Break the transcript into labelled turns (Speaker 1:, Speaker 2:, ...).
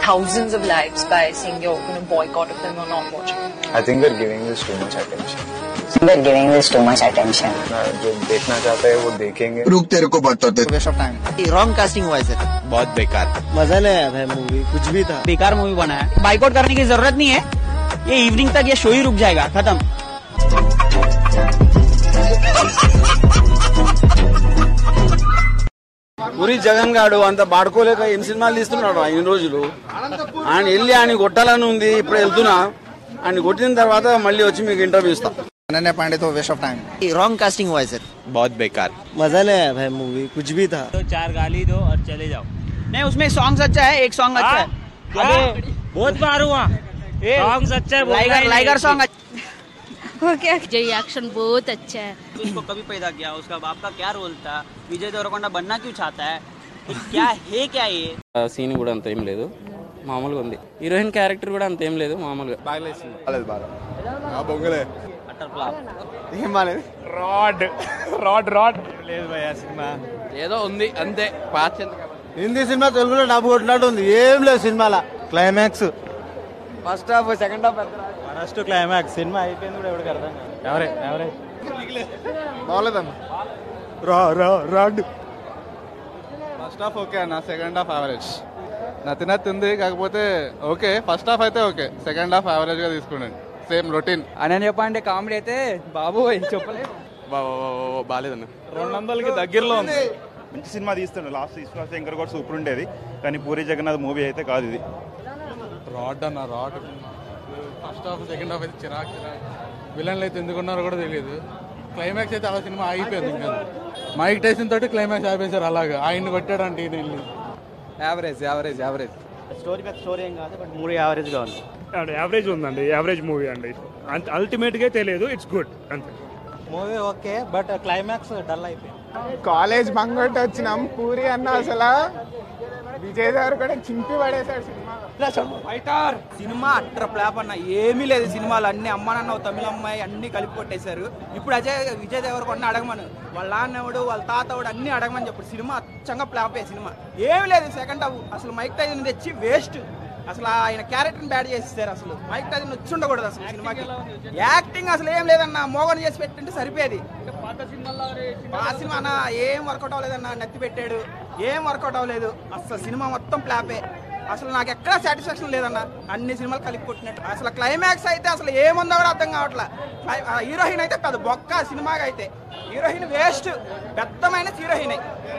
Speaker 1: thousands of lives by saying you're going to boycott a film or not watch it?
Speaker 2: I think they're giving this too much attention
Speaker 3: They're giving this too much attention.
Speaker 2: जो देखना चाहते हैं वो देखेंगे
Speaker 4: रुक तेरे को बताते
Speaker 5: waste of time wrong casting voice है
Speaker 6: बहुत बेकार
Speaker 5: मजा नहीं आया था मूवी कुछ भी था
Speaker 7: बेकार मूवी बना है बाइकआउट करने की जरूरत नहीं है ये इवनिंग तक ये शो ही रुक जाएगा खत्म
Speaker 6: పూరి జగన్ గాడు అంత బాడుకోలేక ఎన్ని సినిమాలు తీస్తున్నాడు ఆయన రోజులు ఆయన వెళ్ళి ఆయన కొట్టాలని ఉంది ఇప్పుడు వెళ్తున్నా ఆయన కొట్టిన తర్వాత మళ్ళీ వచ్చి మీకు ఇంటర్వ్యూ ఇస్తాం
Speaker 5: अनन्या पांडे तो waste of time wrong casting voice है
Speaker 6: बहुत बेकार
Speaker 5: मजा नहीं आया भाई मूवी कुछ भी था
Speaker 8: तो चार गाली दो और चले जाओ
Speaker 7: नहीं उसमें सॉन्ग अच्छा है एक सॉन्ग अच्छा है
Speaker 8: हाँ, क्या बहुत बार हुआ सॉन्ग सच्चा है बोलना ही
Speaker 7: लाइगर
Speaker 8: नहीं।
Speaker 7: लाइगर सॉन्ग
Speaker 9: ओके जो एक्शन बहुत अच्छा है
Speaker 7: उसको कभी पैदा किया उसका बाप का क्या रोल था विजय देवरकोंडा बनना क्यों चाहता है क्या है क्या ये
Speaker 8: సీన్ కూడా అంత ఏం లేదు మామూలుగా ఉంది హీరోయిన్ క్యారెక్టర్ కూడా అంత ఏం లేదు మామూలుగా ఏదో ఉంది అంతే పాత
Speaker 5: हिंदी सिनेमा తెలుగులో డబ్బు కొట్టినట్టు ఉంది ఏం లేదు సినిమాల climax
Speaker 6: first half second half
Speaker 5: first climax cinema అయిపోయింది కూడా ఎవరికి అర్థం కాదు ఎవరే ఎవరే బాగలేదన్న రా రా రాడ్
Speaker 6: ఫస్ట్ హాఫ్ ఓకే అన్న సెకండ్ హాఫ్ యావరేజ్ నతి నతి ఉంది కాకపోతే ఓకే ఫస్ట్ హాఫ్ అయితే ఓకే సెకండ్ హాఫ్ యావరేజ్ గా తీసుకున్నాను సేమ్ రొటీన్ అని చెప్పండి కామెడీ అయితే బాబు చెప్పలేదు బాగాలేదన్న
Speaker 10: రెండు వందలకి దగ్గరలో ఉంది మంచి సినిమా తీస్తాడు లాస్ట్ తీసుకున్న శంకర్ కూడా సూపర్ ఉండేది కానీ పూరి జగన్నాథ్ మూవీ అయితే కాదు ఇది
Speaker 6: రాడ్ అన్న rod first half second half అయితే చిరాకు చిరాకు విలన్లు అయితే ఎందుకున్నారో కూడా తెలియదు క్లైమాక్స్ అయితే అలా సినిమా ఆగిపోయింది ఇంకా మైక్ టైసన్ తోటి క్లైమాక్స్ ఆపేశారు అలాగా ఆయన్ని కొట్టాడంటే ఈయన వెళ్ళి యావరేజ్ యావరేజ్ యావరేజ్
Speaker 5: స్టోరీ పెద్ద స్టోరీ ఏం కాదు బట్ మూవీ యావరేజ్ గా ఉంది
Speaker 10: యావరేజ్ ఉందండి యావరేజ్ మూవీ అండి అల్టిమేట్ గా తెలియదు ఇట్స్ గుడ్ అంతే
Speaker 5: movie okay but climax dull అయిపోయింది
Speaker 2: కాలేజ్ బంగొట్టి వచ్చినాం పూరి అన్న అసలు విజయ్ గారు కూడా చింపి పడేశాడు సినిమా
Speaker 7: ఫైటర్ సినిమా అట్ర ప్లాప్ అన్న ఏమీ లేదు సినిమాలు అన్ని అమ్మ నాన్న ఓ తమిళ అమ్మాయి అన్ని కలిపి కొట్టేశారు ఇప్పుడు అజయ్ విజయ్ దేవరకొండ అడగమను వాళ్ళ నాన్నవాడు వాళ్ళ తాతవాడు అన్ని అడగమని చెప్పాడు సినిమా అచ్చంగా ప్లాప్ అయ్యే సినిమా ఏమీ లేదు సెకండ్ హాఫ్ అసలు మైక్ టైజన్ తెచ్చి వేస్ట్ అసలు ఆయన క్యారెక్టర్ని బ్యాడ్ చేసేసారు అసలు మైక్ టైజన్ వచ్చి ఉండకూడదు అసలు సినిమాకి యాక్టింగ్ అసలు ఏం లేదన్న మోగన్ చేసి పెట్టింటే సరిపోయేది ఆ సినిమా అన్న ఏం వర్కౌట్ అవ్వలేదన్న నెత్తి పెట్టాడు ఏం వర్కౌట్ అవ్వలేదు అసలు సినిమా మొత్తం ప్లాపే అసలు నాకు ఎక్కడ సాటిస్ఫాక్షన్ లేదన్న అన్ని సినిమాలు కలిపి కొట్టినట్టు అసలు క్లైమాక్స్ అయితే అసలు ఏముందో కూడా అర్థం కావట్లే క్లై- ఆ హీరోయిన్ అయితే పెద్ద బొక్క సినిమాగా అయితే హీరోయిన్ వేస్ట్ పెద్దమైన హీరోయిన్